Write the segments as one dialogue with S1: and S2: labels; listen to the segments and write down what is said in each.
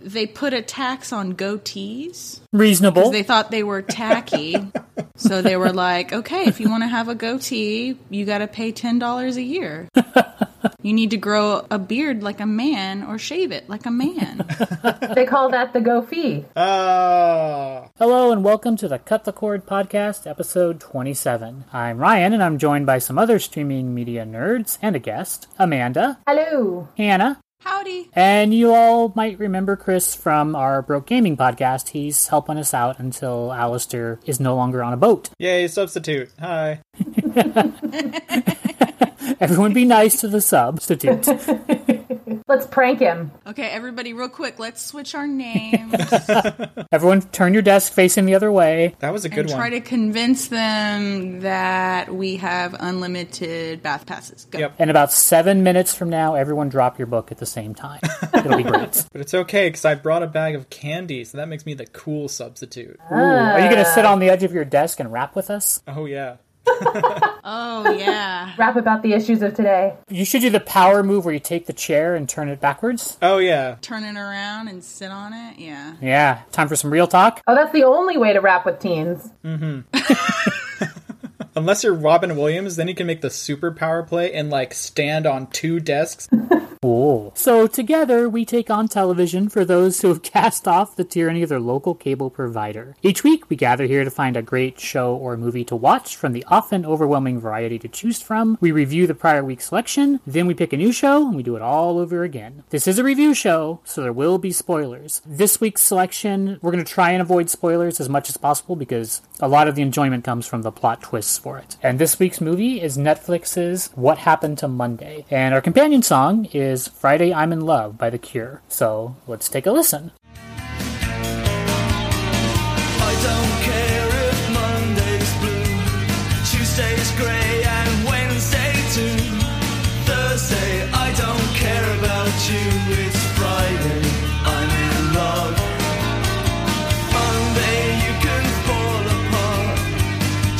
S1: they put a tax on goatees
S2: Reasonable.
S1: because they thought they were tacky. so they were like, okay, if you want to have a goatee, you got to pay $10 a year. You need to grow a beard like a man or shave it like a man.
S3: They call that the go fee.
S4: Ah.
S2: Hello and welcome to the Cut the Cord podcast, episode 27. I'm Ryan and I'm joined by some other streaming media nerds and a guest, Amanda,
S3: Hello.
S2: Hannah,
S1: Howdy.
S2: and you all might remember Chris from our Broke Gaming podcast. He's helping us out until Alistair is no longer on a boat.
S4: Yay, substitute. Hi.
S2: Everyone be nice to the substitute.
S3: Let's prank him.
S1: Okay, everybody, real quick, let's switch our names
S2: Everyone turn your desk facing the other way.
S4: That was a good
S1: and try
S4: one.
S1: to convince them that we have unlimited bath passes. Go.
S4: Yep.
S2: And about seven minutes from now, everyone drop your book at the same time. It'll be great.
S4: But it's okay because I brought a bag of candy, so that makes me the cool substitute.
S2: Oh. Ooh, are you going to sit
S1: Uh.
S2: on the edge of your desk and rap with us?
S4: Oh yeah.
S1: Oh, yeah.
S3: Rap about the issues of today.
S2: You should do the power move where you take the chair and turn it backwards.
S4: Oh yeah.
S1: Turn it around and sit on it. Yeah.
S2: Yeah, time for some real talk.
S3: Oh, that's the only way to rap with teens.
S4: Unless you're Robin Williams, then you can make the super power play and like stand on two desks.
S2: Ooh. So together we take on television for those who have cast off the tyranny of their local cable provider. Each week we gather here to find a great show or movie to watch from the often overwhelming variety to choose from. We review the prior week's selection, then we pick a new show and we do it all over again. This is a review show, so there will be spoilers. This week's selection, we're going to try and avoid spoilers as much as possible because a lot of the enjoyment comes from the plot twists for it. And this week's movie is Netflix's What Happened to Monday. And our companion song is Friday I'm in Love by The Cure. So let's take a listen.
S5: I don't care if Monday's blue, Tuesday's grey and Wednesday too. Thursday, I don't care about you. It's Friday, I'm in love. Monday, you can fall apart.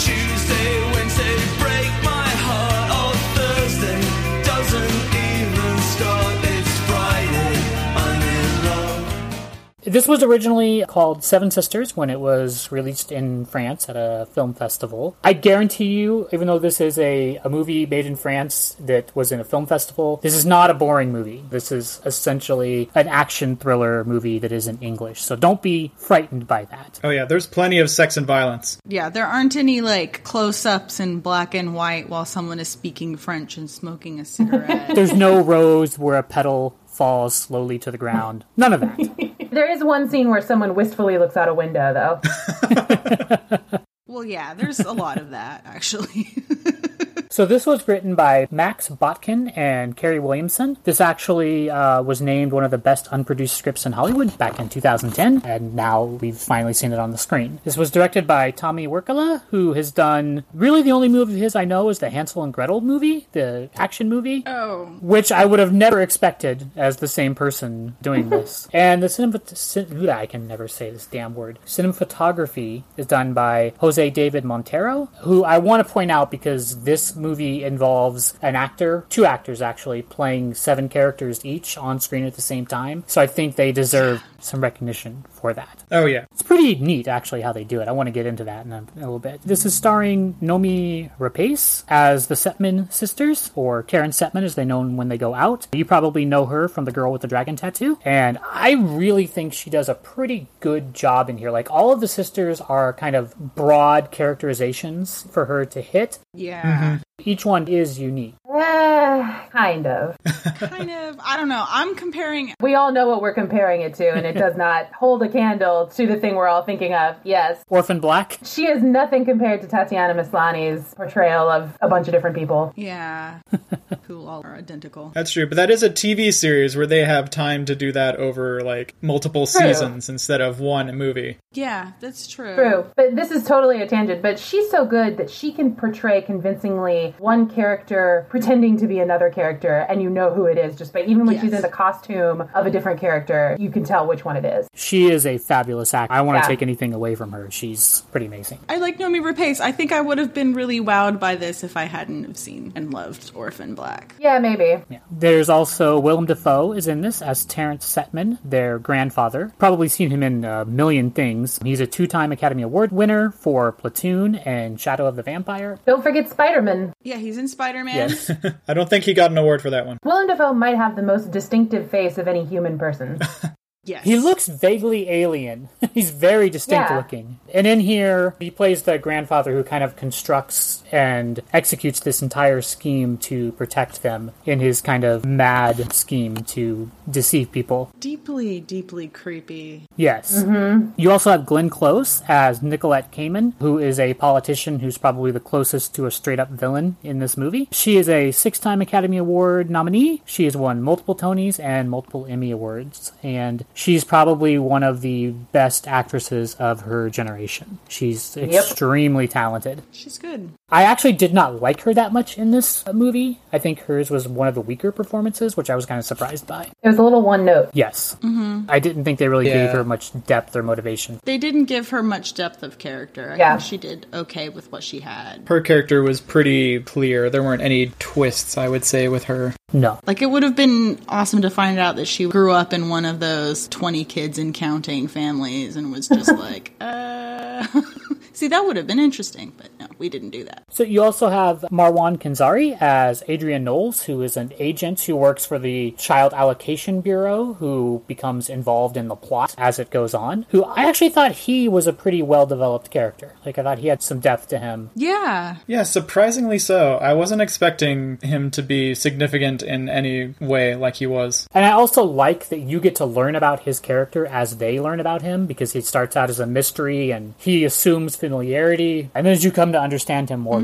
S5: Tuesday, Wednesday, break my heart. Oh, Thursday doesn't even start. It's Friday, I'm in love.
S2: This was originally called Seven Sisters when it was released in France at a film festival. I guarantee you, even though this is a, a movie made in France that was in a film festival, this is not a boring movie. This is essentially an action thriller movie that is in English. So don't be frightened by that.
S4: Oh yeah. There's plenty of sex and violence.
S1: Yeah, there aren't any like close ups in black and white while someone is speaking French and smoking a cigarette.
S2: There's no rose where a petal falls slowly to the ground. None of that.
S3: There is one scene where someone wistfully looks out a window, though.
S1: well, yeah, there's a lot of that actually.
S2: So this was written by Max Botkin and Kerry Williamson. This actually uh, was named one of the best unproduced scripts in Hollywood back in 2010, and now we've finally seen it on the screen. This was directed by Tommy Wirkola, who has done really the only movie of his I know is the Hansel and Gretel movie, the action movie
S1: oh,
S2: which I would have never expected as the same person doing this. and the cinema, cin- I can never say this damn word. Cinematography is done by Jose David Montero, who I want to point out because this movie involves an actor, two actors actually, playing seven characters each on screen at the same time. So I think they deserve some recognition for that.
S4: Oh yeah.
S2: It's pretty neat, actually, how they do it. I want to get into that in a, a little bit. This is starring Nomi Rapace as the Setman sisters, or Karen Setman as they know when they go out. You probably know her from The Girl with the Dragon Tattoo, and I really think she does a pretty good job in here. Like, all of the sisters are kind of broad characterizations for her to hit.
S1: yeah.
S2: Each one is unique.
S3: Eh, kind of.
S2: Mm-hmm.
S1: Kind of, I don't know. I'm comparing
S3: We all know what we're comparing it to, and it does not hold a candle to the thing we're all thinking of. Yes.
S2: Orphan Black,
S3: She is nothing compared to Tatiana Maslany's portrayal of a bunch of different people.
S1: yeah, who all are identical.
S4: That's true. But that is a TV series where they have time to do that over like multiple
S3: True.
S4: seasons instead of one movie.
S1: Yeah, that's true.
S3: True, but this is totally a tangent. But she's so good that she can portray convincingly one character pretending to be another character and you know who it is just by even when she's
S1: Yes.
S3: in the costume of a different character, you can tell which one it is.
S2: She is a fabulous actor. I don't want to
S3: Yeah.
S2: take anything away from her. She's pretty amazing.
S1: I like Nomi Rapace. I think I would have been really wowed by this if I hadn't have seen and loved Orphan Black.
S3: Yeah, maybe.
S2: Yeah. There's also Willem Dafoe is in this as Terrence Setman, their grandfather. Probably seen him in a million things. He's a two-time Academy Award winner for Platoon and Shadow of the Vampire.
S3: Don't forget Spider Man.
S1: Yeah, he's in Spider Man.
S2: Yes.
S4: I don't think he got an award for that one.
S3: Willem Dafoe might have the most distinctive face of any human person.
S1: Yes.
S2: He looks vaguely alien. He's very distinct
S3: Yeah.
S2: looking. And in here, he plays the grandfather who kind of constructs and executes this entire scheme to protect them in his kind of mad scheme to deceive people.
S1: deeply, deeply creepy.
S2: Yes. You also have Glenn Close as Nicolette Kamen, who is a politician who's probably the closest to a straight up villain in this movie. She is a six time Academy Award nominee. She has won multiple Tonys and multiple Emmy Awards, and she's probably one of the best actresses of her generation. She's extremely talented.
S1: She's good.
S2: I actually did not like her that much in this movie. I think hers was one of the weaker performances, which I was kind of surprised by.
S3: It was a little one note.
S2: Yes. I didn't think they really
S4: Yeah.
S2: gave her much depth or motivation.
S1: They didn't give her much depth of character. I
S3: Yeah.
S1: think she did okay with what she had.
S4: Her character was pretty clear. There weren't any twists, I would say, with her.
S2: No.
S1: Like, it would have been awesome to find out that she grew up in one of those 20 kids and counting families and was just like, uh. See, that would have been interesting, but no, we didn't do that.
S2: So you also have Marwan Kanzari as Adrian Knowles, who is an agent who works for the Child Allocation Bureau, who becomes involved in the plot as it goes on. Who I actually thought he was a pretty well developed character. Like I thought he had some depth to him.
S1: Yeah.
S4: Yeah, surprisingly so. I wasn't expecting him to be significant in any way like he was.
S2: And I also like that you get to learn about his character as they learn about him because he starts out as a mystery and he assumes familiarity. And then as you come to understand him more,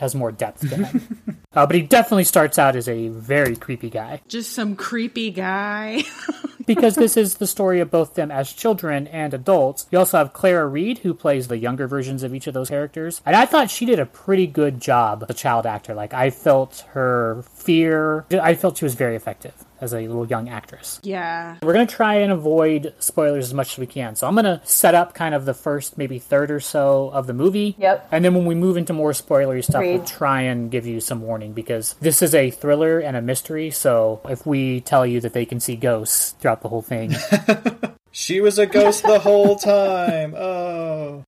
S2: has more depth to him. uh, but he definitely starts out as a very creepy guy
S1: Just some creepy guy.
S2: because this is the story of both them as children and adults. You also have Clara Reed, who plays the younger versions of each of those characters. And I thought she did a pretty good job as a child actor. Like, I felt her fear, I felt she was very effective as a little young actress.
S1: yeah.
S2: We're going to try and avoid spoilers as much as we can. So I'm going to set up kind of the first maybe third or so of the movie.
S3: Yep.
S2: And then when we move into more spoilery stuff, we'll
S3: Agreed.
S2: try and give you some warning because this is a thriller and a mystery. So if we tell you that they can see ghosts throughout the whole thing.
S4: She was a ghost the whole time. Oh.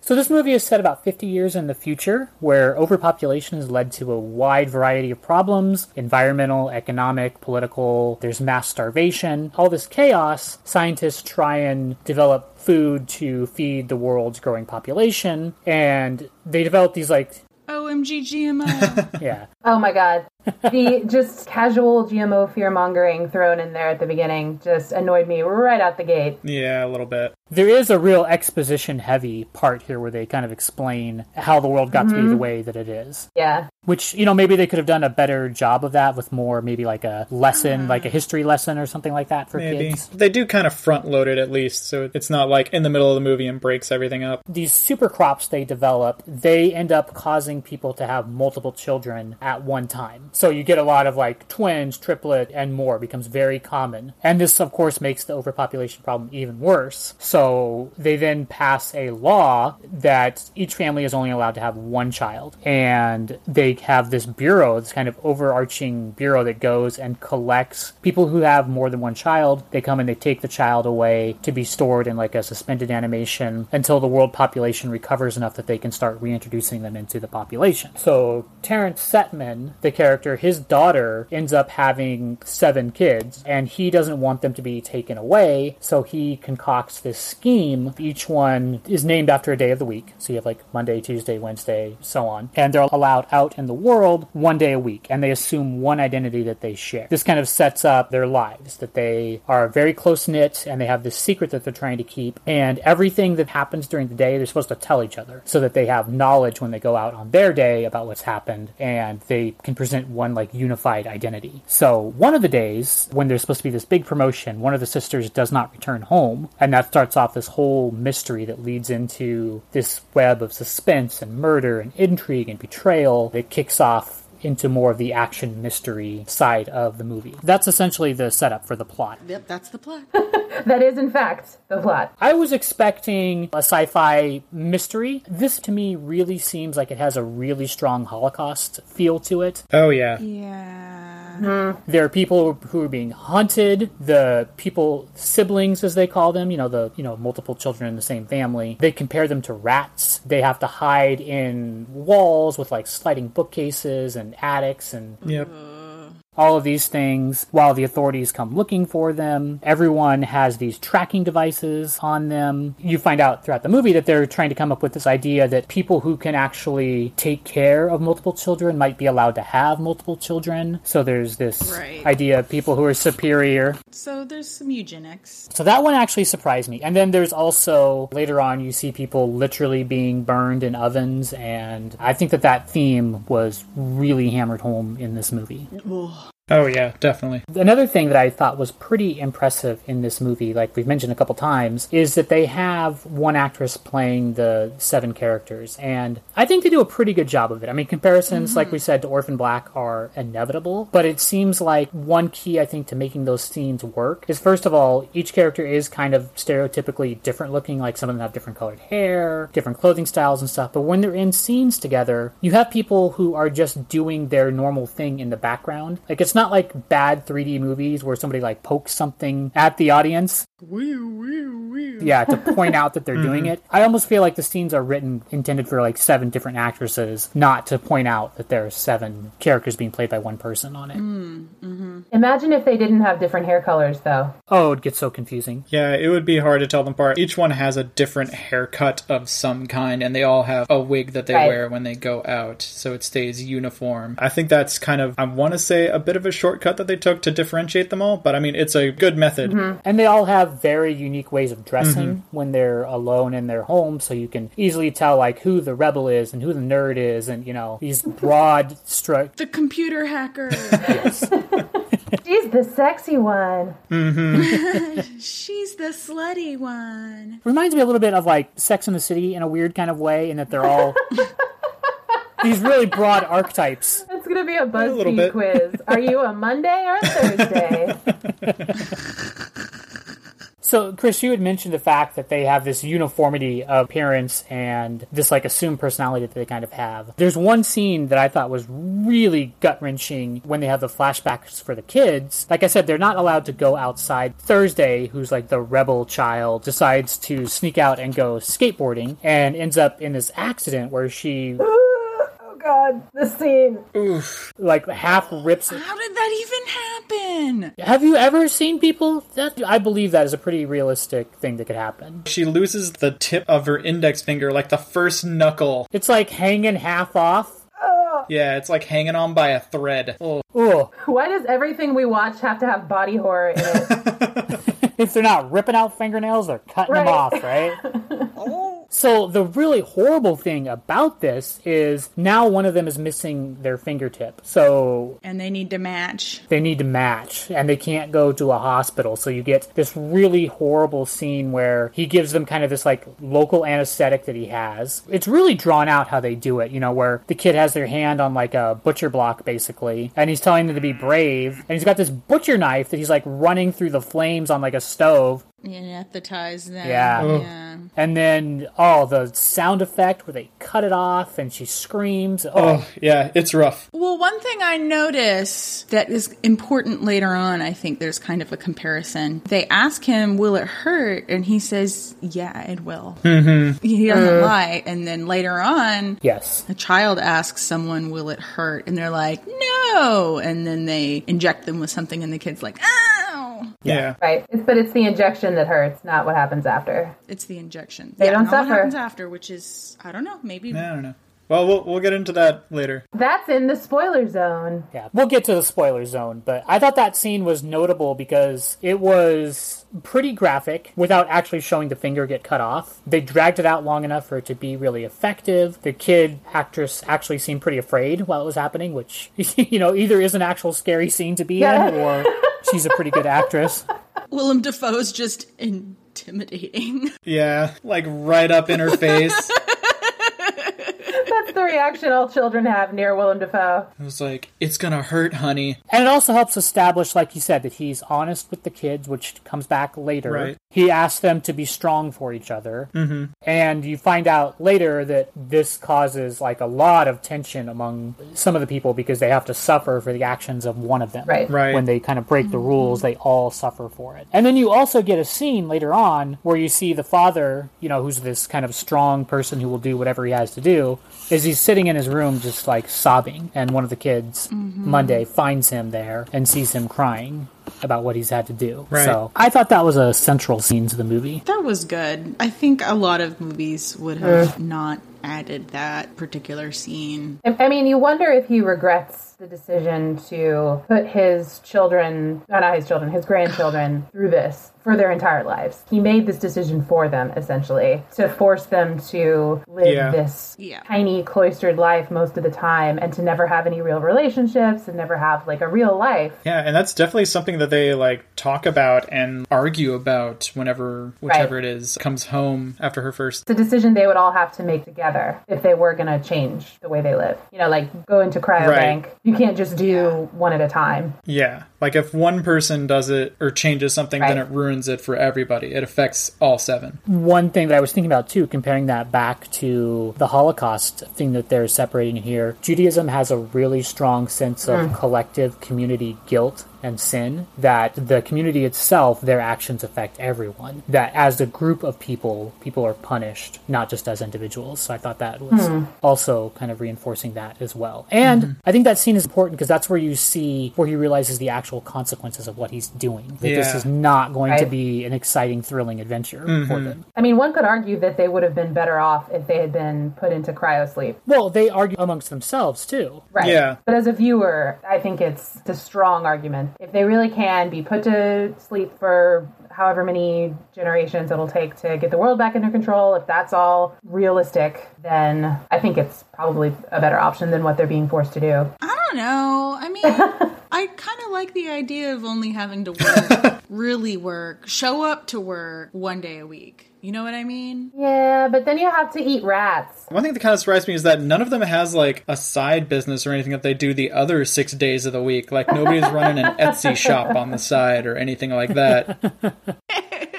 S2: so this movie is set about 50 years in the future where overpopulation has led to a wide variety of problems, environmental, economic, political, there's mass starvation, all this chaos. Scientists try and develop food to feed the world's growing population and they develop these like
S1: OMG GMO.
S2: yeah
S3: Oh my god. The just casual GMO fear mongering thrown in there at the beginning just annoyed me right out the gate.
S4: Yeah, a little bit.
S2: There is a real exposition heavy part here where they kind of explain how the world got to be the way that it is.
S3: Yeah.
S2: Which, you know, maybe they could have done a better job of that with more, maybe like a lesson, like a history lesson or something like that for
S4: Maybe.
S2: kids.
S4: They do kind of front load it at least, so it's not like in the middle of the movie and breaks everything up.
S2: These super crops they develop, they end up causing people to have multiple children at one time. So you get a lot of like twins, triplet, and more becomes very common. And this, of course, makes the overpopulation problem even worse. So they then pass a law that each family is only allowed to have one child. And they have this bureau, this kind of overarching bureau that goes and collects people who have more than one child. They come and they take the child away to be stored in like a suspended animation until the world population recovers enough that they can start reintroducing them into the population. So Terrence Setman, the character, his daughter ends up having seven kids, and he doesn't want them to be taken away, so he concocts this scheme. Each one is named after a day of the week. So you have like Monday, Tuesday, Wednesday, so on. And they're allowed out in the world one day a week, and they assume one identity that they share. This kind of sets up their lives that they are very close knit and they have this secret that they're trying to keep. And everything that happens during the day, they're supposed to tell each other so that they have knowledge when they go out on their day about what's happened and they can present one like unified identity. So one of the days when there's supposed to be this big promotion, one of the sisters does not return home. And that starts off this whole mystery that leads into this web of suspense and murder and intrigue and betrayal that kicks off into more of the action mystery side of the movie. That's essentially the setup for the plot.
S1: Yep, that's the plot.
S3: That is, in fact, the plot.
S2: I was expecting a sci fi mystery. This to me really seems like it has a really strong Holocaust feel to it.
S4: Oh yeah.
S1: yeah.
S2: There are people who are being hunted. The people, siblings as they call them, you know, the you know multiple children in the same family. They compare them to rats. They have to hide in walls with like sliding bookcases and attics and
S4: Yep.
S2: all of these things while the authorities come looking for them. Everyone has these tracking devices on them. You find out throughout the movie that they're trying to come up with this idea that people who can actually take care of multiple children might be allowed to have multiple children. So there's this
S1: Right.
S2: idea of people who are superior.
S1: So there's some eugenics.
S2: So that one actually surprised me. And then there's also later on you see people literally being burned in ovens and I think that that theme was really hammered home in this movie.
S4: Oh yeah, definitely.
S2: Another thing that I thought was pretty impressive in this movie, like we've mentioned a couple times, is that they have one actress playing the seven characters, and I think they do a pretty good job of it. I mean, comparisons, like we said, to Orphan Black are inevitable, but it seems like one key, I think, to making those scenes work is first of all, each character is kind of stereotypically different looking, like some of them have different colored hair, different clothing styles, and stuff, but when they're in scenes together, you have people who are just doing their normal thing in the background. Like, it's not like bad 3D movies where somebody like pokes something at the audience. Yeah, to point out that they're doing it. I almost feel like the scenes are written intended for like seven different actresses, not to point out that there are seven characters being played by one person on it.
S3: Imagine if they didn't have different hair colors, though.
S2: Oh, it gets so confusing.
S4: Yeah, it would be hard to tell them apart. Each one has a different haircut of some kind, and they all have a wig that they
S3: Right.
S4: wear when they go out, so it stays uniform. I think that's kind of, I want to say, a bit of a shortcut that they took to differentiate them all, but I mean, it's a good method.
S2: And they all have very unique ways of dressing when they're alone in their home, so you can easily tell like who the rebel is and who the nerd is, and you know these broad stroke.
S1: The computer hacker.
S3: She's the sexy one.
S1: She's the slutty one.
S2: Reminds me a little bit of like Sex in the City in a weird kind of way, in that they're all these really broad archetypes.
S3: It's gonna be a
S4: little
S3: BuzzFeed
S4: bit.
S3: quiz. Are you a Monday or a Thursday?
S2: So, Chris, you had mentioned the fact that they have this uniformity of appearance and this like assumed personality that they kind of have. There's one scene that I thought was really gut wrenching when they have the flashbacks for the kids. Like I said, they're not allowed to go outside. Thursday, who's like the rebel child, decides to sneak out and go skateboarding and ends up in this accident where she
S3: oh God, the scene.
S2: like half rips.
S1: How did that even happen?
S2: Have you ever seen people? That I believe that is a pretty realistic thing that could happen.
S4: She loses the tip of her index finger, like the first knuckle.
S2: It's like hanging half off.
S4: Yeah, it's like hanging on by a thread. Oh,
S2: Ugh.
S3: Why does everything we watch have to have body horror in it?
S2: if they're not ripping out fingernails, they're cutting them
S3: Right.
S2: off, right? so the really horrible thing about this is now one of them is missing their fingertip. So
S1: And they need to match.
S2: they need to match and they can't go to a hospital. So you get this really horrible scene where he gives them kind of this like local anesthetic that he has. It's really drawn out how they do it, you know, where the kid has their hand on like a butcher block basically and he's telling them to be brave and he's got this butcher knife that he's like running through the flames on like a stove
S1: Anesthetize them.
S2: Yeah. Ugh.
S1: yeah.
S2: And then, oh, the sound effect where they cut it off and she screams. Oh,
S4: yeah, it's rough.
S1: Well, one thing I notice that is important later on, I think there's kind of a comparison. They ask him, "Will it hurt?" and he says, "Yeah, it will." Mm-hmm. He doesn't lie. And then later on,
S2: yes.
S1: a child asks someone, "Will it hurt?" and they're like, "No," and then they inject them with something, and the kid's like, "Ow!"
S4: Yeah.
S3: right. It's, but it's the injection that hurts, not what happens after.
S1: It's the injection.
S3: They
S1: not
S3: don't
S1: what
S3: suffer.
S1: happens after, which is I don't know, maybe.
S4: I don't know. Well, we'll we'll get into that later.
S3: That's in the spoiler zone.
S2: Yeah. We'll get to the spoiler zone, but I thought that scene was notable because it was pretty graphic without actually showing the finger get cut off. They dragged it out long enough for it to be really effective. The kid actress actually seemed pretty afraid while it was happening, which, you know, either is an actual scary scene to be
S3: Yeah.
S2: in or she's a pretty good actress.
S1: Willem Dafoe's just intimidating.
S4: Yeah, like right up in her face.
S3: That's the reaction all children have near Willem Dafoe.
S4: It was like, it's gonna hurt, honey.
S2: And it also helps establish, like you said, that he's honest with the kids, which comes back later.
S4: Right.
S2: He asks them to be strong for each other. Mm-hmm. And you find out later that this causes, like, a lot of tension among some of the people because they have to suffer for the actions of one of them.
S3: Right.
S4: Right.
S2: When they kind of break the rules, they all suffer for it. And then you also get a scene later on where you see the father, you know, who's this kind of strong person who will do whatever he has to do, is he's sitting in his room just like sobbing. And one of the kids, Monday, finds him there and sees him crying about what he's had to do.
S4: Right.
S2: So I thought that was a central scene to the movie.
S1: That was good. I think a lot of movies would
S3: Eh.
S1: have not added that particular scene.
S3: I I mean, you wonder if he regrets the decision to put his children, no, not his children, his grandchildren through this for their entire lives. He made this decision for them, essentially, to force them to live
S4: Yeah.
S3: this
S1: Yeah.
S3: tiny, cloistered life most of the time and to never have any real relationships and never have like a real life.
S4: Yeah, and that's definitely something that they like talk about and argue about whenever whichever
S3: Right.
S4: it is comes home after her first.
S3: It's a decision they would all have to make together if they were going to change the way they live. You know, like go into cryobank. You can't just do one at a time.
S4: Yeah, like if one person does it or changes something, then
S3: Right.
S4: it ruins it for everybody. It affects all seven.
S2: One thing that I was thinking about too, comparing that back to the Holocaust thing that they're separating here, Judaism has a really strong sense of collective community guilt and sin that the community itself, their actions affect everyone. That as a group of people, people are punished, not just as individuals. So I thought that was also kind of reinforcing that as well. And I think that scene is important because that's where you see where he realizes the actual consequences of what he's doing. That this
S4: Yeah.
S2: is not going to
S3: Right.
S2: be an exciting, thrilling adventure for them.
S3: I mean, one could argue that they would have been better off if they had been put into cryo sleep.
S2: Well, they argue amongst themselves too.
S3: Right.
S4: Yeah.
S3: But as a viewer, I think it's a strong argument. If they really can be put to sleep for however many generations it'll take to get the world back under control, if that's all realistic, then I think it's probably a better option than what they're being forced to do.
S1: I don't know. I mean, I kind of like the idea of only having to work, really work, show up to work one day a week. You know what I mean?
S3: Yeah, but then you have to eat rats.
S4: One thing that kind of surprised me is that none of them has like a side business or anything that they do the other six days of the week. Like nobody's running an Etsy shop on the side or anything like that.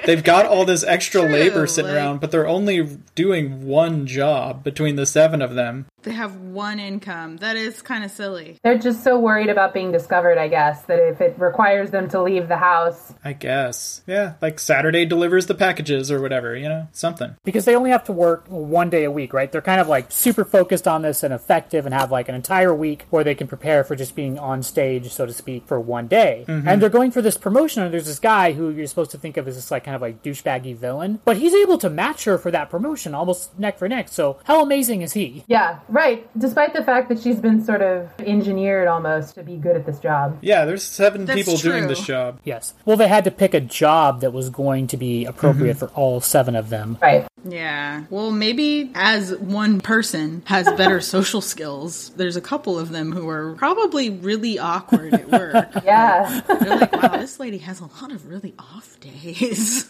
S4: They've got all this extra
S1: True,
S4: labor sitting
S1: like-
S4: around, but they're only doing one job between the seven of them.
S1: They have one income. That is kind of silly.
S3: They're just so worried about being discovered, I guess, that if it requires them to leave the house,
S4: I guess. Yeah, like Saturday delivers the packages or whatever, you know, something.
S2: Because they only have to work one day a week, right? They're kind of like super focused on this and effective and have like an entire week where they can prepare for just being on stage, so to speak, for one day. And they're going for this promotion, and there's this guy who you're supposed to think of as this like kind of like douchebaggy villain, but he's able to match her for that promotion almost neck for neck. So how amazing is he?
S3: Yeah, right. Despite the fact that she's been sort of engineered almost to be good at this job.
S4: Yeah, there's seven
S1: That's
S4: people doing
S1: true.
S4: this job.
S2: Yes. Well, they had to pick a job that was going to be appropriate for all seven of them.
S3: Right.
S1: Yeah. Well, maybe as one person has better social skills, there's a couple of them who are probably really awkward at work.
S3: Yeah.
S1: They're like, wow, this lady has a lot of really off days.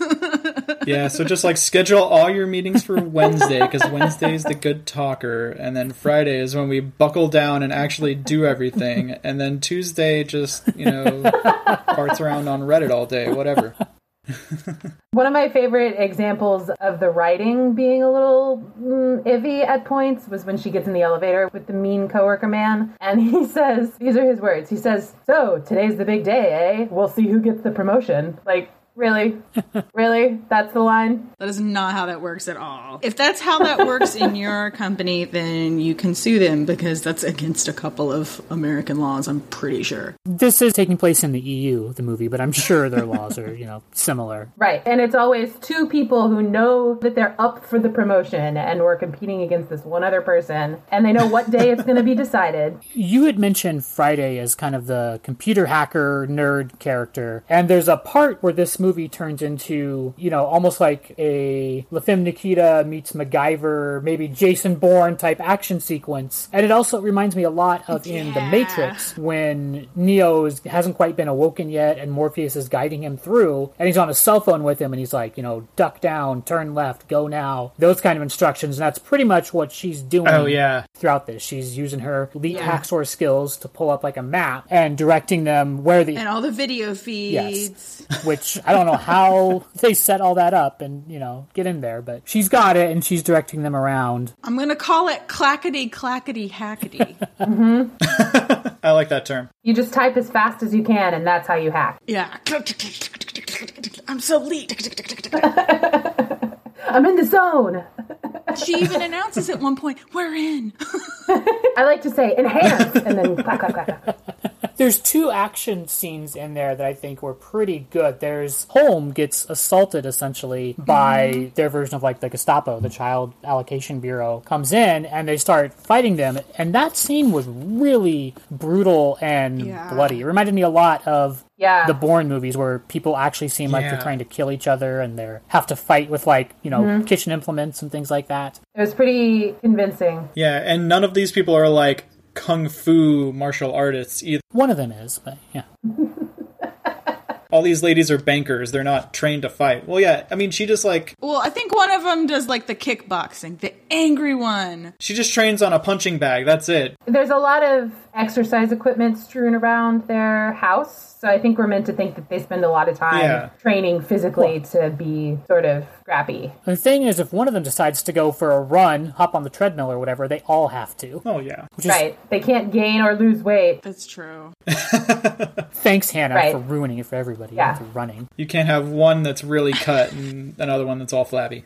S4: Yeah, so just like schedule all your meetings for Wednesday because Wednesday is the good talker, and then Friday is when we buckle down and actually do everything, and then Tuesday just you know farts around on Reddit all day, whatever.
S3: One of my favorite examples of the writing being a little mm, iffy at points was when she gets in the elevator with the mean coworker man, and he says, "These are his words." He says, "So today's the big day, eh? We'll see who gets the promotion." Like, really, really? That's the line.
S1: that is not how that works at all. If that's how that works in your company, then you can sue them because that's against a couple of American laws, I'm pretty sure.
S2: this is taking place in the EU, the movie, but I'm sure their laws are, you know, similar.
S3: Right. And it's always two people who know that they're up for the promotion and we're competing against this one other person and they know what day it's going to be decided.
S2: You had mentioned Friday as kind of the computer hacker nerd character, and there's a part where this movie turns into, you know, almost like a La Femme Nikita meets MacGyver, maybe Jason Bourne type action sequence. And it also reminds me a lot of in The
S1: Yeah.
S2: Matrix when Neo is, hasn't quite been awoken yet and Morpheus is guiding him through and he's on his cell phone with him and he's like, you know, duck down, turn left, go now, those kind of instructions. And that's pretty much what she's doing
S4: Oh, yeah.
S2: throughout this. She's using her elite
S1: Yeah.
S2: hacksaw skills to pull up like a map and directing them where the
S1: and all the video feeds.
S2: which I don't know how they set all that up and, you know, get in there, but she's got it and she's directing them around.
S1: I'm going to call it clackety, clackety, hackety.
S4: I like that term.
S3: You just type as fast as you can, and that's how you hack.
S1: yeah. I'm so late.
S3: I'm in the zone.
S1: She even announces at one point, we're in.
S3: I like to say enhance, and then clack clack clack. clack.
S2: There's two action scenes in there that I think were pretty good. There's Holm gets assaulted essentially
S1: Mm-hmm.
S2: by their version of like the Gestapo, the Child Allocation Bureau comes in and they start fighting them. And that scene was really brutal and
S1: Yeah.
S2: bloody. It reminded me a lot of
S3: Yeah.
S2: the Bourne movies where people actually seem like they're
S4: Yeah.
S2: trying to kill each other and they have to fight with like you know
S3: Mm-hmm.
S2: kitchen implements and things like that.
S3: It was pretty convincing.
S4: Yeah, and none of these people are like kung fu martial artists either.
S2: One of them is, but yeah,
S4: All these ladies are bankers. They're not trained to fight. Well, yeah, I mean, she just like
S1: well, I think one of them does like the kickboxing, the angry one.
S4: she just trains on a punching bag. That's it.
S3: There's a lot of exercise equipment strewn around their house, so I think we're meant to think that they spend a lot of time
S4: Yeah.
S3: training physically to be sort of scrappy.
S2: the thing is, if one of them decides to go for a run, hop on the treadmill or whatever, they all have to.
S4: Oh yeah.
S2: Which is
S3: right. They can't gain or lose weight.
S1: That's true.
S2: thanks, Hannah,
S3: Right.
S2: for ruining it for everybody
S3: Yeah.
S2: with running.
S4: You can't have one that's really cut and another one that's all flabby.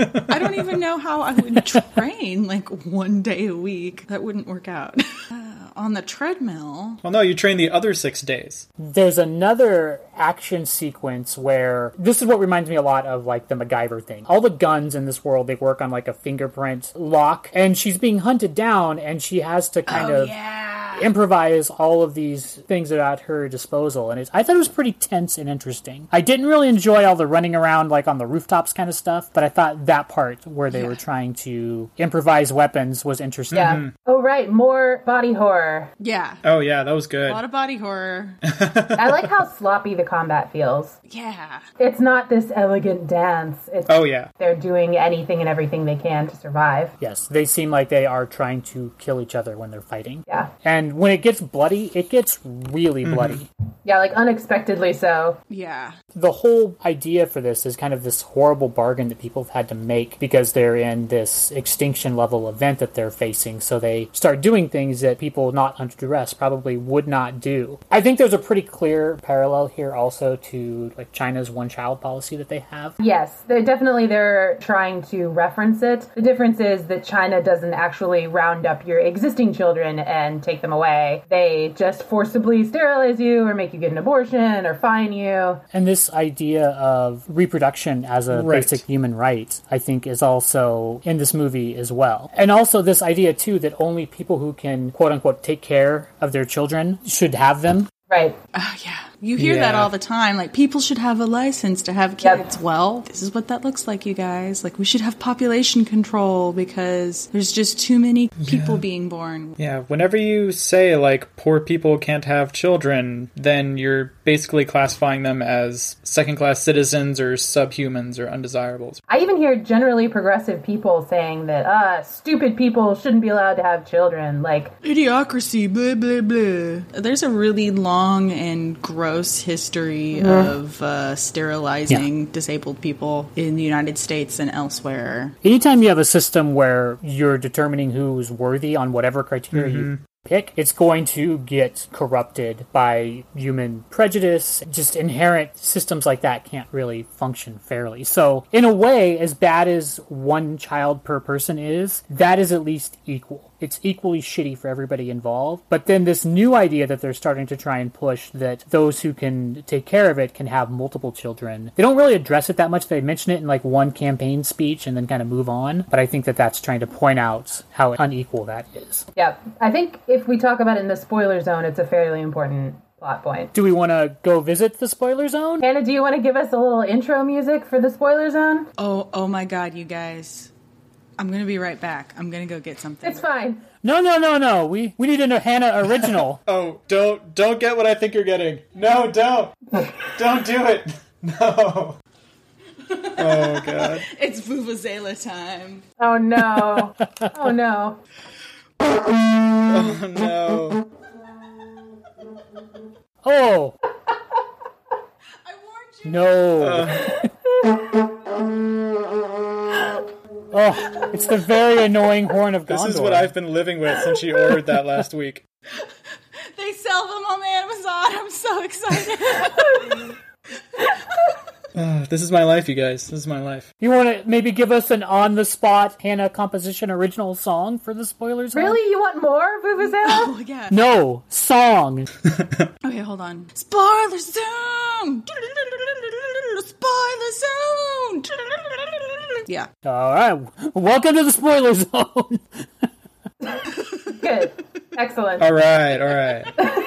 S1: I don't even know how I would train like one day a week. That wouldn't work out. Uh, on the treadmill.
S4: Well, no, you train the other six days.
S2: There's another action sequence where this is what reminds me a lot of like the MacGyver thing. All the guns in this world they work on like a fingerprint lock, and she's being hunted down, and she has to kind
S1: Oh,
S2: of
S1: yeah.
S2: improvise all of these things that are at her disposal and it's, i thought it was pretty tense and interesting i didn't really enjoy all the running around like on the rooftops kind of stuff but i thought that part where they were trying to improvise weapons was interesting
S3: Yeah. Oh, right. More body horror.
S1: Yeah.
S4: Oh yeah, that was good.
S1: A lot of body horror.
S3: I like how sloppy the combat feels.
S1: Yeah.
S3: It's not this elegant dance. It's
S4: oh yeah.
S3: they're doing anything and everything they can to survive.
S2: yes they seem like they are trying to kill each other when they're fighting
S3: Yeah.
S2: and when it gets bloody it gets really bloody
S3: Yeah, like unexpectedly so.
S1: Yeah.
S2: the whole idea for this is kind of this horrible bargain that people have had to make because they're in this extinction level event that they're facing. So they start doing things that people not under duress probably would not do. I think there's a pretty clear parallel here also to like China's one child policy that they have.
S3: Yes, they're definitely they're trying to reference it. The difference is that China doesn't actually round up your existing children and take them away. They just forcibly sterilize you or make you get an abortion or fine you.
S2: And this idea of reproduction as a
S4: Right.
S2: basic human right, I think, is also in this movie as well. And also this idea too that only people who can quote unquote take care of their children should have them.
S3: Right.
S1: Oh, yeah. You hear that
S4: Yeah.
S1: all the time. Like, people should have a license to have
S3: Yep.
S1: kids. Well, this is what that looks like, you guys. Like, we should have population control because there's just too many people being born.
S4: Yeah, whenever you say like poor people can't have children, then you're basically classifying them as second-class citizens or subhumans or undesirables.
S3: I even hear generally progressive people saying that uh stupid people shouldn't be allowed to have children. Like
S1: Idiocracy, blah, blah, blah. There's a really long and gross history of uh, sterilizing disabled people in the United States and elsewhere.
S2: Anytime you have a system where you're determining who's worthy on whatever criteria you pick, it's going to get corrupted by human prejudice. Just inherent systems like that can't really function fairly. So, in a way, as bad as one child per person is, that is at least equal. It's equally shitty for everybody involved. But then this new idea that they're starting to try and push that those who can take care of it can have multiple children. They don't really address it that much. They mention it in like one campaign speech and then kind of move on. But I think that that's trying to point out how unequal that is.
S3: Yeah, I think if we talk about it in the spoiler zone, it's a fairly important plot point.
S2: Do we want to go visit the spoiler zone?
S3: Hannah, do you want to give us a little intro music for the spoiler zone?
S1: Oh, oh my God, you guys. I'm going to be right back. I'm going to go get something.
S3: It's fine.
S2: No, no, no, no. We we need a Hannah original.
S4: Oh, don't don't get what I think you're getting. No, don't. don't do it. No. Oh god.
S1: It's Vuvuzela time.
S3: Oh no. oh no.
S4: Oh, no.
S2: Oh
S1: I warned you.
S2: no.
S4: Uh.
S2: oh, it's the very annoying horn of Gondor.
S4: This is what I've been living with since she ordered that last week.
S1: They sell them on Amazon. I'm so excited.
S4: Uh, This is my life, you guys. This is my life.
S2: You want to maybe give us an on-the-spot Hannah composition original song for the spoilers? zone?
S3: Really? You want more, Vuvuzela?
S1: oh, yeah.
S2: No song.
S1: Okay, hold on. Spoiler zone! Spoiler zone! Yeah.
S2: All right. Welcome to the spoiler zone.
S3: Good. Excellent.
S4: All right, all right.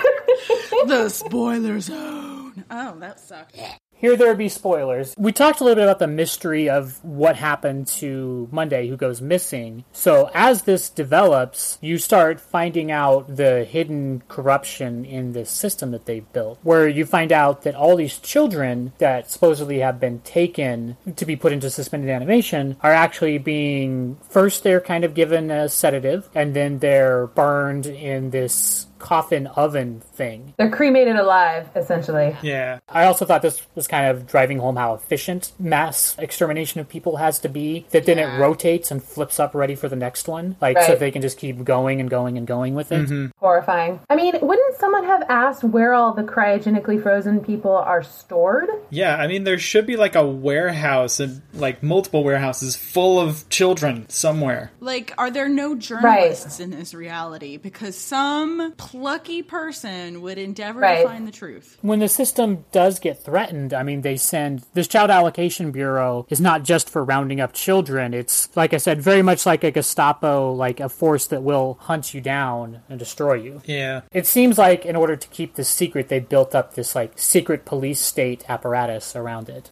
S1: The spoiler zone! Oh, that sucked.
S2: Here there be spoilers. We talked a little bit about the mystery of what happened to Monday who goes missing. So as this develops, you start finding out the hidden corruption in this system that they've built, where you find out that all these children that supposedly have been taken to be put into suspended animation are actually being first they're kind of given a sedative and then they're burned in this coffin oven thing
S3: They're cremated alive, essentially.
S4: Yeah.
S2: I also thought this was kind of driving home how efficient mass extermination of people has to be. That then it rotates and flips up ready for the next one. Like, so
S3: Right.
S2: they can just keep going and going and going with it.
S3: Horrifying. I mean, wouldn't someone have asked where all the cryogenically frozen people are stored?
S4: Yeah, I mean there should be like a warehouse and like multiple warehouses full of children somewhere.
S1: Like, are there no journalists in this reality? Because some plucky person would endeavor
S3: Right.
S1: to find the truth.
S2: When the system does get threatened, I mean, they send this Child Allocation Bureau is not just for rounding up children. It's, like I said, very much like a Gestapo, like a force that will hunt you down and destroy you.
S4: Yeah.
S2: It seems like in order to keep this secret, they built up this like secret police state apparatus around it.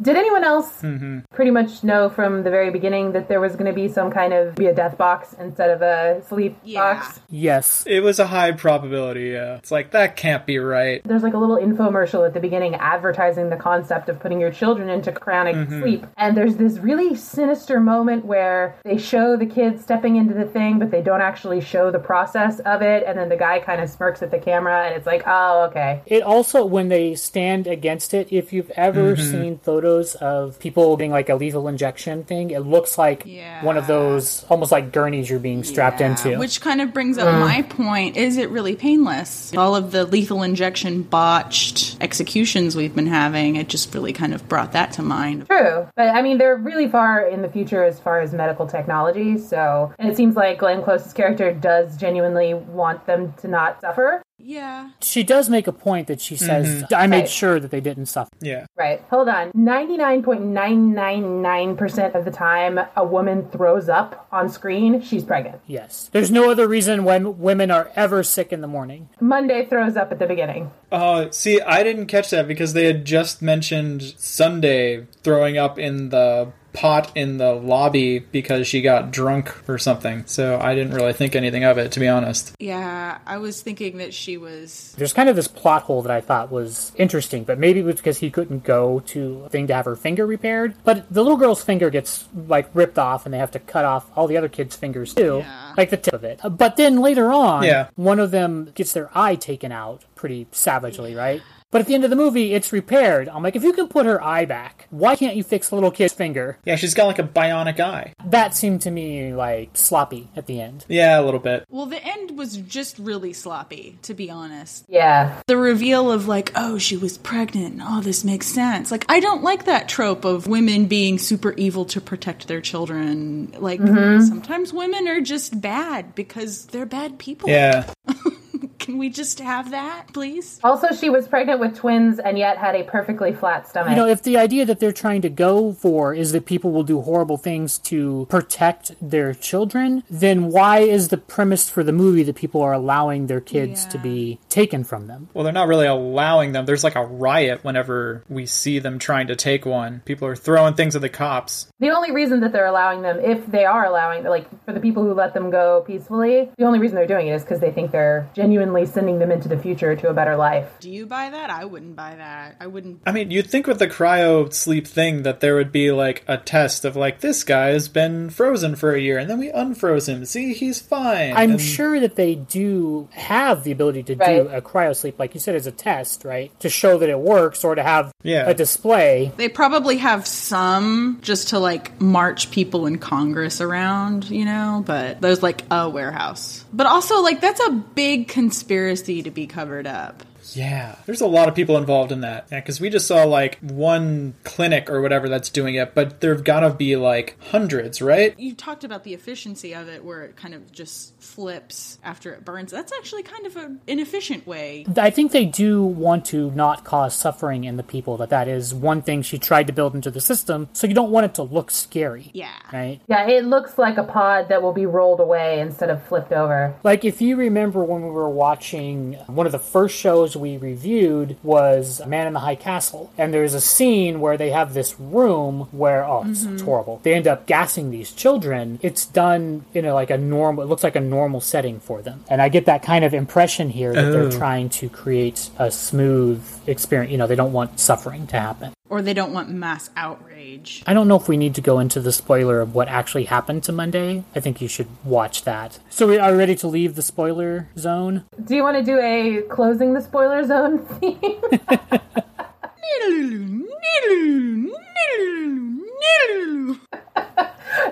S3: Did anyone else pretty much know from the very beginning that there was going to be some kind of be a death box instead of a sleep
S1: Yeah.
S3: box?
S2: Yes.
S4: It was a high probability, yeah. It's like that can't be right.
S3: There's like a little infomercial at the beginning advertising the concept of putting your children into chronic sleep. And there's this really sinister moment where they show the kids stepping into the thing, but they don't actually show the process of it. And then the guy kind of smirks at the camera and it's like, oh, okay.
S2: It also, when they stand against it, if you've ever
S1: Mm-hmm.
S2: seen photos of people being like a lethal injection thing, it looks like
S1: Yeah.
S2: one of those almost like gurneys you're being strapped
S1: Yeah,
S2: into.
S1: Which kind of brings up my point is it really painless? All of the lethal injection botched executions we've been having, it just really kind of brought that to mind.
S3: True. But I mean, they're really far in the future as far as medical technology. So, and it seems like Glenn Close's character does genuinely want them to not suffer.
S1: Yeah.
S2: she does make a point that
S1: Mm-hmm.
S2: she says, I made
S3: Right.
S2: sure that they didn't suffer.
S4: Yeah.
S3: Right. Hold on. 99.999% of the time a woman throws up on screen, she's pregnant.
S2: Yes. There's no other reason when women are ever sick in the morning.
S3: Monday throws up at the beginning.
S4: Oh, see, I didn't catch that because they had just mentioned Sunday throwing up in the pot in the lobby because she got drunk or something. So I didn't really think anything of it, to be honest.
S1: Yeah. I was thinking that she was
S2: There's kind of this plot hole that I thought was interesting, but maybe it was because he couldn't go to a thing to have her finger repaired. But the little girl's finger gets like ripped off, and they have to cut off all the other kids' fingers too, like the tip of it. Uh, But then later on,
S4: Yeah.
S2: one of them gets their eye taken out pretty savagely, right? But at the end of the movie, it's repaired. I'm like, if you can put her eye back, why can't you fix the little kid's finger?
S4: Yeah, she's got like a bionic eye.
S2: That seemed to me like sloppy at the end.
S4: Yeah, a little bit.
S1: Well, the end was just really sloppy, to be honest.
S3: Yeah.
S1: The reveal of, like, oh, she was pregnant and all this makes sense. Like, I don't like that trope of women being super evil to protect their children. Like, sometimes women are just bad because they're bad people.
S4: Yeah.
S1: Can we just have that, please?
S3: Also, she was pregnant with twins and yet had a perfectly flat stomach.
S2: You know, if the idea that they're trying to go for is that people will do horrible things to protect their children, then why is the premise for the movie that people are allowing their kids to
S1: Yeah.
S2: be taken from them?
S4: Well, they're not really allowing them. There's like a riot whenever we see them trying to take one. People are throwing things at the cops.
S3: the only reason that they're allowing them, if they are allowing, like for the people who let them go peacefully, the only reason they're doing it is because they think they're genuinely sending them into the future to a better life.
S1: Do you buy that? I wouldn't buy that. I wouldn't.
S4: I mean, you'd think with the cryo sleep thing that there would be like a test of like this guy has been frozen for a year and then we unfroze him. See, he's fine.
S2: I'm
S4: And-
S2: sure that they do have the ability to do
S3: Right.
S2: a cryosleep, like you said, as a test, right? To show that it works or to have
S4: Yeah.
S2: a display.
S1: They probably have some just to like march people in Congress around, you know, but there's like a warehouse. But also, like, that's a big conspiracy to be covered up.
S4: Yeah, there's a lot of people involved in that. Yeah, because we just saw like one clinic or whatever that's doing it, but there've got to be like hundreds, right?
S1: You talked about the efficiency of it where it kind of just flips after it burns. That's actually kind of an inefficient way.
S2: I think they do want to not cause suffering in the people. That that is one thing she tried to build into the system. So you don't want it to look scary.
S1: Yeah.
S2: Right?
S3: Yeah, it looks like a pod that will be rolled away instead of flipped over.
S2: Like if you remember when we were watching one of the first shows we reviewed was Man in the High Castle, and there's a scene where they have this room where oh it's, it's horrible. They end up gassing these children. It's done in a, like a normal. It looks like a normal setting for them, and I get that kind of impression here that they're trying to create a smooth experience. You know, they don't want suffering to happen.
S1: Or they don't want mass outrage.
S2: I don't know if we need to go into the spoiler of what actually happened to Monday. I think you should watch that. So we are we ready to leave the spoiler zone.
S3: Do you want to do a closing the spoiler zone theme?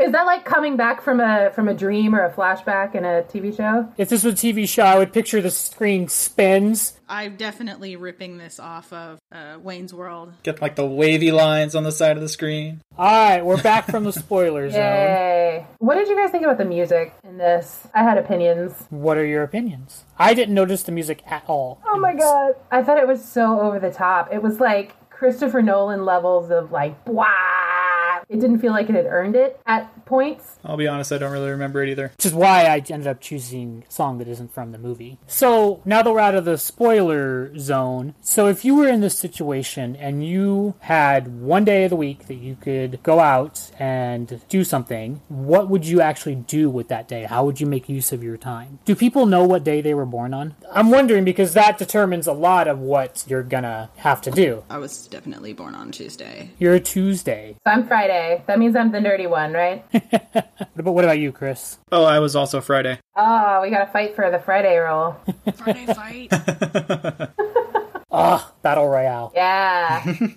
S3: Is that like coming back from a from a dream or a flashback in a TV show?
S2: If this was a TV show, I would picture the screen spins.
S1: I'm definitely ripping this off of uh, Wayne's World.
S4: Get like the wavy lines on the side of the screen.
S2: All right, we're back from the spoiler zone.
S3: Yay! What did you guys think about the music in this? I had opinions.
S2: What are your opinions? I didn't notice the music at all.
S3: Oh my god! I thought it was so over the top. It was like Christopher Nolan levels of like blah. It didn't feel like it had earned it at points.
S4: I'll be honest, I don't really remember it either.
S2: Which is why I ended up choosing a song that isn't from the movie. So now that we're out of the spoiler zone, so if you were in this situation and you had one day of the week that you could go out and do something, what would you actually do with that day? How would you make use of your time? Do people know what day they were born on? I'm wondering because that determines a lot of what you're gonna have to do.
S1: I was definitely born on Tuesday.
S2: You're a Tuesday.
S3: So I'm Friday. That means I'm the nerdy one, right?
S2: But what about you, Chris?
S4: Oh, I was also Friday.
S3: oh, we gotta fight for the Friday role.
S1: Friday fight.
S2: Battle Royale.
S3: Yeah.
S2: All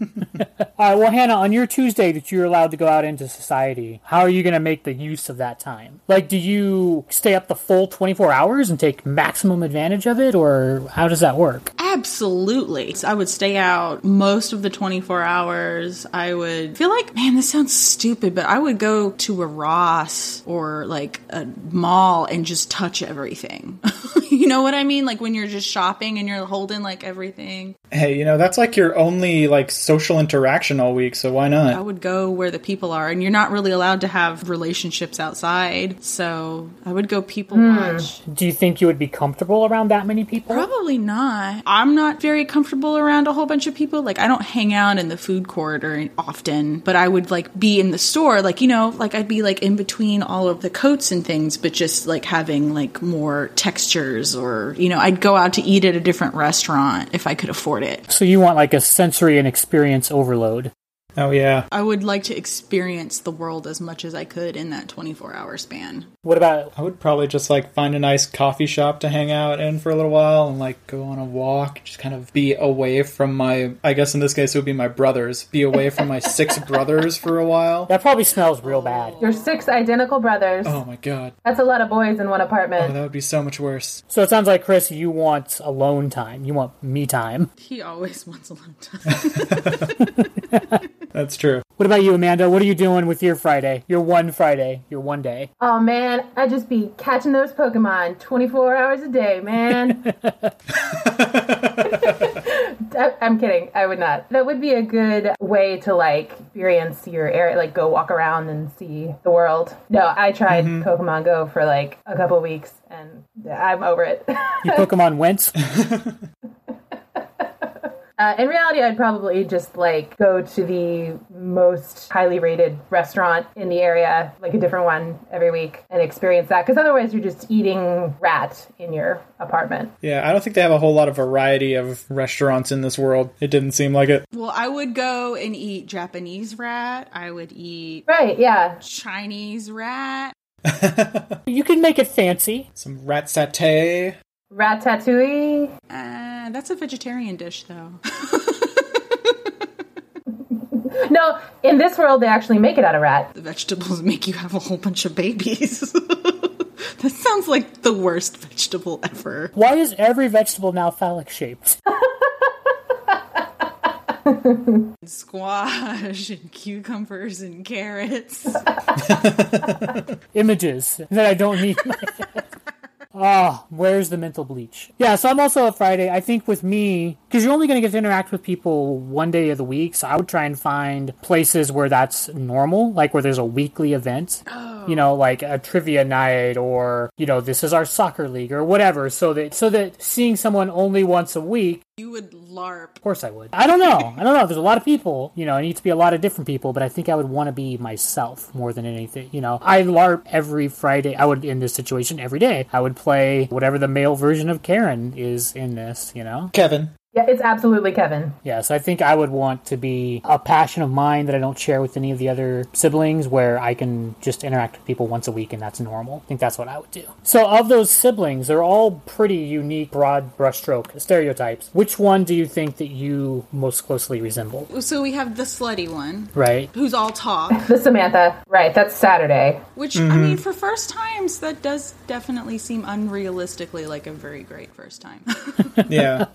S2: right, well, Hannah, on your Tuesday that you're allowed to go out into society, how are you going to make the use of that time? Like, do you stay up the full 24 hours and take maximum advantage of it, or how does that work?
S1: Absolutely. So I would stay out most of the 24 hours. I would feel like, man, this sounds stupid, but I would go to a Ross or like a mall and just touch everything. you know what I mean? Like when you're just shopping and you're holding like everything.
S4: Hey, you know, that's like your only like social interaction all week, so why
S1: I
S4: not?
S1: would go where the people are, and you're not really allowed to have relationships outside. So I would go people watch.
S2: Do you think you would be comfortable around that many people?
S1: Probably not. I'm not very comfortable around a whole bunch of people. Like I don't hang out in the food corridor often, but I would like be in the store, like you know, like I'd be like in between all of the coats and things, but just like having like more textures or you know, I'd go out to eat at a different restaurant if I could afford it.
S2: So you want like a sensory and experience overload.
S4: Oh yeah.
S1: I would like to experience the world as much as I could in that 24-hour span.
S2: What about
S4: I would probably just like find a nice coffee shop to hang out in for a little while and like go on a walk, just kind of be away from my I guess in this case it would be my brothers, be away from my six brothers for a while.
S2: that? Probably smells real bad.
S3: You're six identical brothers.
S4: Oh my god.
S3: That's a lot of boys in one
S4: Oh,
S3: apartment.
S4: that would be so much worse.
S2: So it sounds like Chris, you want alone time. You want me time.
S1: He always wants alone time.
S4: That's true.
S2: What about you, Amanda? What are you doing with your Friday? Your one Friday, your one day.
S3: Oh man, I just be catching those Pokemon 24 hours a day, man. Uh, I, I'm kidding. I would not. That would be a good way to like experience your area, like go walk around and see the world. No, I tried Pokemon Go for like a couple weeks and I'm over it.
S2: Your Pokemon went.
S3: Uh, in reality, I'd probably just like go to the most highly rated restaurant in the area, like a different one every week, and experience that. Because otherwise, you're just eating rat in your apartment.
S4: Yeah, I don't think they have a whole lot of variety of restaurants in this world. It didn't seem like it.
S1: Well, I would go and eat Japanese rat. I would eat
S3: Right? Yeah.
S1: Chinese rat.
S2: You can make it fancy.
S4: Some rat satay.
S3: Ratatouille.
S1: Uh, that's a vegetarian dish, though.
S3: No, in this world, they actually make it out of rat.
S1: the vegetables make you have a whole bunch of babies. that sounds like the worst vegetable ever.
S2: Why is every vegetable now phallic shaped?
S1: Squash and cucumbers and carrots.
S2: Images that I don't need. Ah, where's the mental bleach? Yeah, so I'm also a Friday. I think with me, because you're only going to get to interact with people one day of the week, so I would try and find places where that's normal, like where there's a weekly event, you know, like a trivia night or you know, this is our soccer league or whatever, so that so that seeing someone only once a week
S1: you would LARP.
S2: Of course I would. I don't know. I don't know. There's a lot of people. You know, I need to be a lot of different people, but I think I would want to be myself more than anything. You know, I LARP every Friday. I would, in this situation, every day, I would play whatever the male version of Karen is in this, you know?
S4: Kevin.
S3: Yeah, it's absolutely Kevin.
S2: Yeah, so I think I would want to be a passion of mine that I don't share with any of the other siblings, where I can just interact with people once a week and that's normal. I think that's what I would do. So, of those siblings, they're all pretty unique, broad brushstroke stereotypes. Which one do you think that you most closely resemble?
S1: So we have the slutty one,
S2: Right?
S1: who's all talk,
S3: The Samantha. Right, that's Saturday.
S1: which, I mean, for first times, that does definitely seem unrealistically like a very great first time.
S4: Yeah.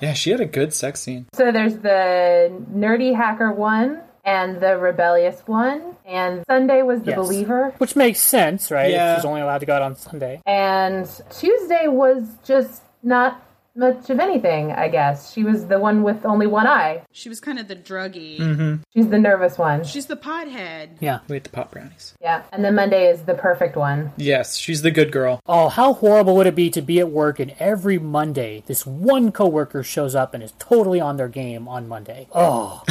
S4: yeah, she had a good sex scene.
S3: So there's the nerdy hacker one and the rebellious one, and Sunday was the
S2: Yes.
S3: believer.
S2: Which makes sense, right?
S4: Yeah.
S2: If she's only allowed to go out on Sunday.
S3: And Tuesday was just not much of anything, I guess. She was the one with only one eye.
S1: she was kind of the druggie.
S3: She's the nervous one.
S1: She's the pothead.
S2: Yeah.
S4: We ate the pop brownies.
S3: Yeah. And then Monday is the perfect one.
S4: Yes, she's the good girl.
S2: Oh, how horrible would it be to be at work and every Monday this one coworker shows up and is totally on their game on Monday. Oh,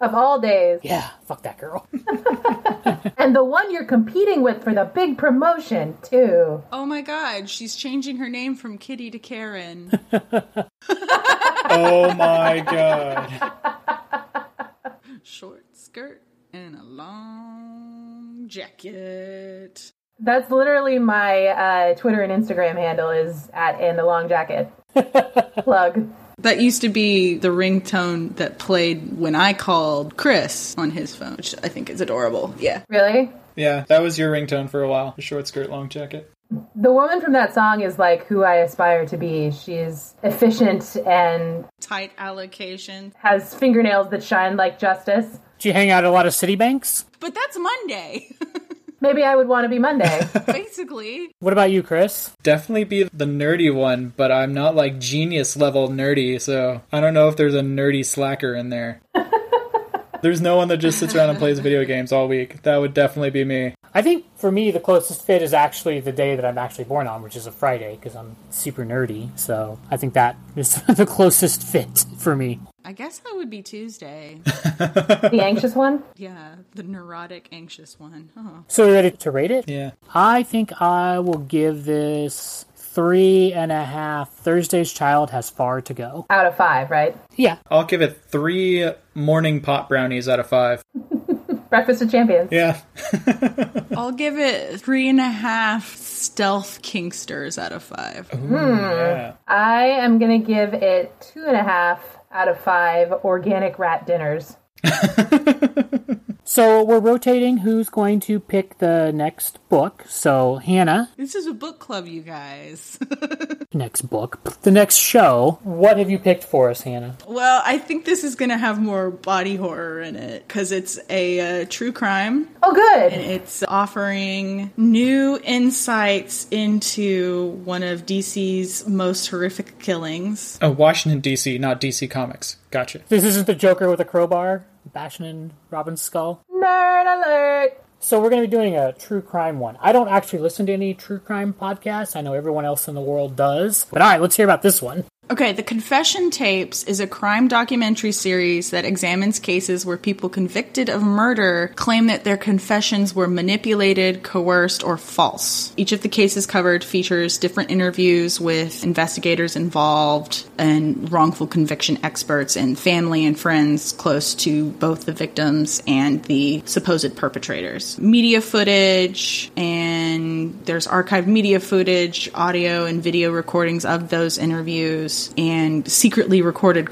S3: Of all days.
S2: yeah. Fuck that girl.
S3: And the one you're competing with for the big promotion, too.
S1: Oh my god, she's changing her name from Kitty to Karen.
S4: Oh my god.
S1: Short skirt and a long jacket.
S3: That's literally my uh, Twitter and Instagram handle is at and a long jacket. Plug.
S1: That used to be the ringtone that played when I called Chris on his phone, which I think is adorable. Yeah.
S3: Really?
S4: Yeah, that was your ringtone for a while. The short skirt, long jacket.
S3: The woman from that song is like who I aspire to be. She's efficient and
S1: Tight allocations.
S3: has fingernails that shine like justice.
S2: Do you hang out at a lot of Citibanks?
S1: But that's Monday,
S3: Maybe I would want to be Monday.
S1: basically.
S2: What about you, Chris?
S4: Definitely be the nerdy one, but I'm not like genius level nerdy, so I don't know if there's a nerdy slacker in there. there's no one that just sits around and plays video games all week. That would definitely be me.
S2: I think for me, the closest fit is actually the day that I'm actually born on, which is a Friday, because I'm super nerdy. So I think that is the closest fit for me.
S1: I guess that would be Tuesday.
S3: the anxious one?
S1: Yeah, the neurotic, anxious one. Oh.
S2: So, are you ready to rate it?
S4: Yeah.
S2: I think I will give this three and a half. Thursday's Child has far to go.
S3: Out of five, right?
S2: Yeah.
S4: I'll give it three morning pop brownies out of five.
S3: Breakfast of Champions.
S4: Yeah.
S1: I'll give it three and a half stealth kinksters out of five.
S4: yeah.
S3: I am going to give it two and a half out of five organic rat dinners.
S2: So we're rotating who's going to pick the next book. So Hannah,
S1: This is a book club, you guys.
S2: next book, the next show. What have you picked for us, Hannah?
S1: well, I think this is going to have more body horror in it because it's a uh, true crime.
S3: Oh, good.
S1: It's offering new insights into one of DC's most horrific killings.
S4: Oh, Washington D.C., not D.C. Comics. Gotcha.
S2: This isn't the Joker with a crowbar bashing in Robin's skull.
S3: Nerd alert.
S2: So we're going to be doing a true crime one. I don't actually listen to any true crime podcasts. I know everyone else in the world does. But all right, let's hear about this one.
S1: Okay, The Confession Tapes is a crime documentary series that examines cases where people convicted of murder claim that their confessions were manipulated, coerced, or false. Each of the cases covered features different interviews with investigators involved and wrongful conviction experts and family and friends close to both the victims and the supposed perpetrators. Media footage, and there's archived media footage, audio and video recordings of those interviews, and secretly recorded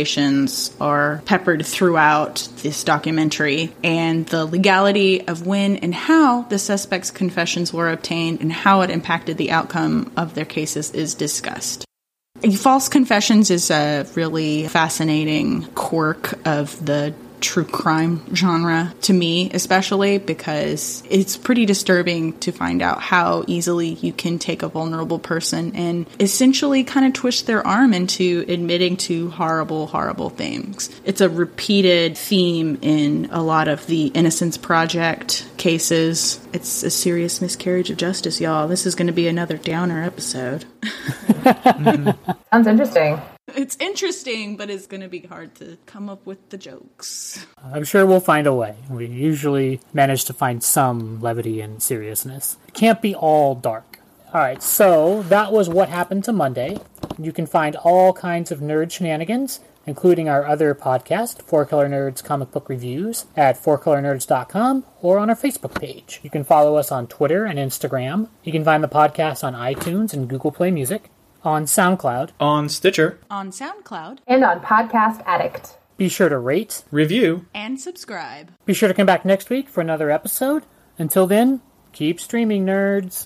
S1: conversations are peppered throughout this documentary. And the legality of when and how the suspects' confessions were obtained and how it impacted the outcome of their cases is discussed. False confessions is a really fascinating quirk of the true crime genre to me, especially because it's pretty disturbing to find out how easily you can take a vulnerable person and essentially kind of twist their arm into admitting to horrible, horrible things. It's a repeated theme in a lot of the Innocence Project cases. It's a serious miscarriage of justice, y'all. This is going to be another downer episode.
S3: Sounds interesting.
S1: It's interesting, but it's going to be hard to come up with the jokes.
S2: I'm sure we'll find a way. We usually manage to find some levity and seriousness. It can't be all dark. All right, so that was what happened to Monday. You can find all kinds of nerd shenanigans, including our other podcast, Four Color Nerds Comic Book Reviews, at fourcolornerds.com or on our Facebook page. You can follow us on Twitter and Instagram. You can find the podcast on iTunes and Google Play Music, on SoundCloud.
S4: On Stitcher,
S1: On SoundCloud
S3: And on Podcast Addict.
S2: Be sure to rate.
S4: review.
S1: and subscribe.
S2: Be sure to come back next week for another episode. Until then, keep streaming, nerds.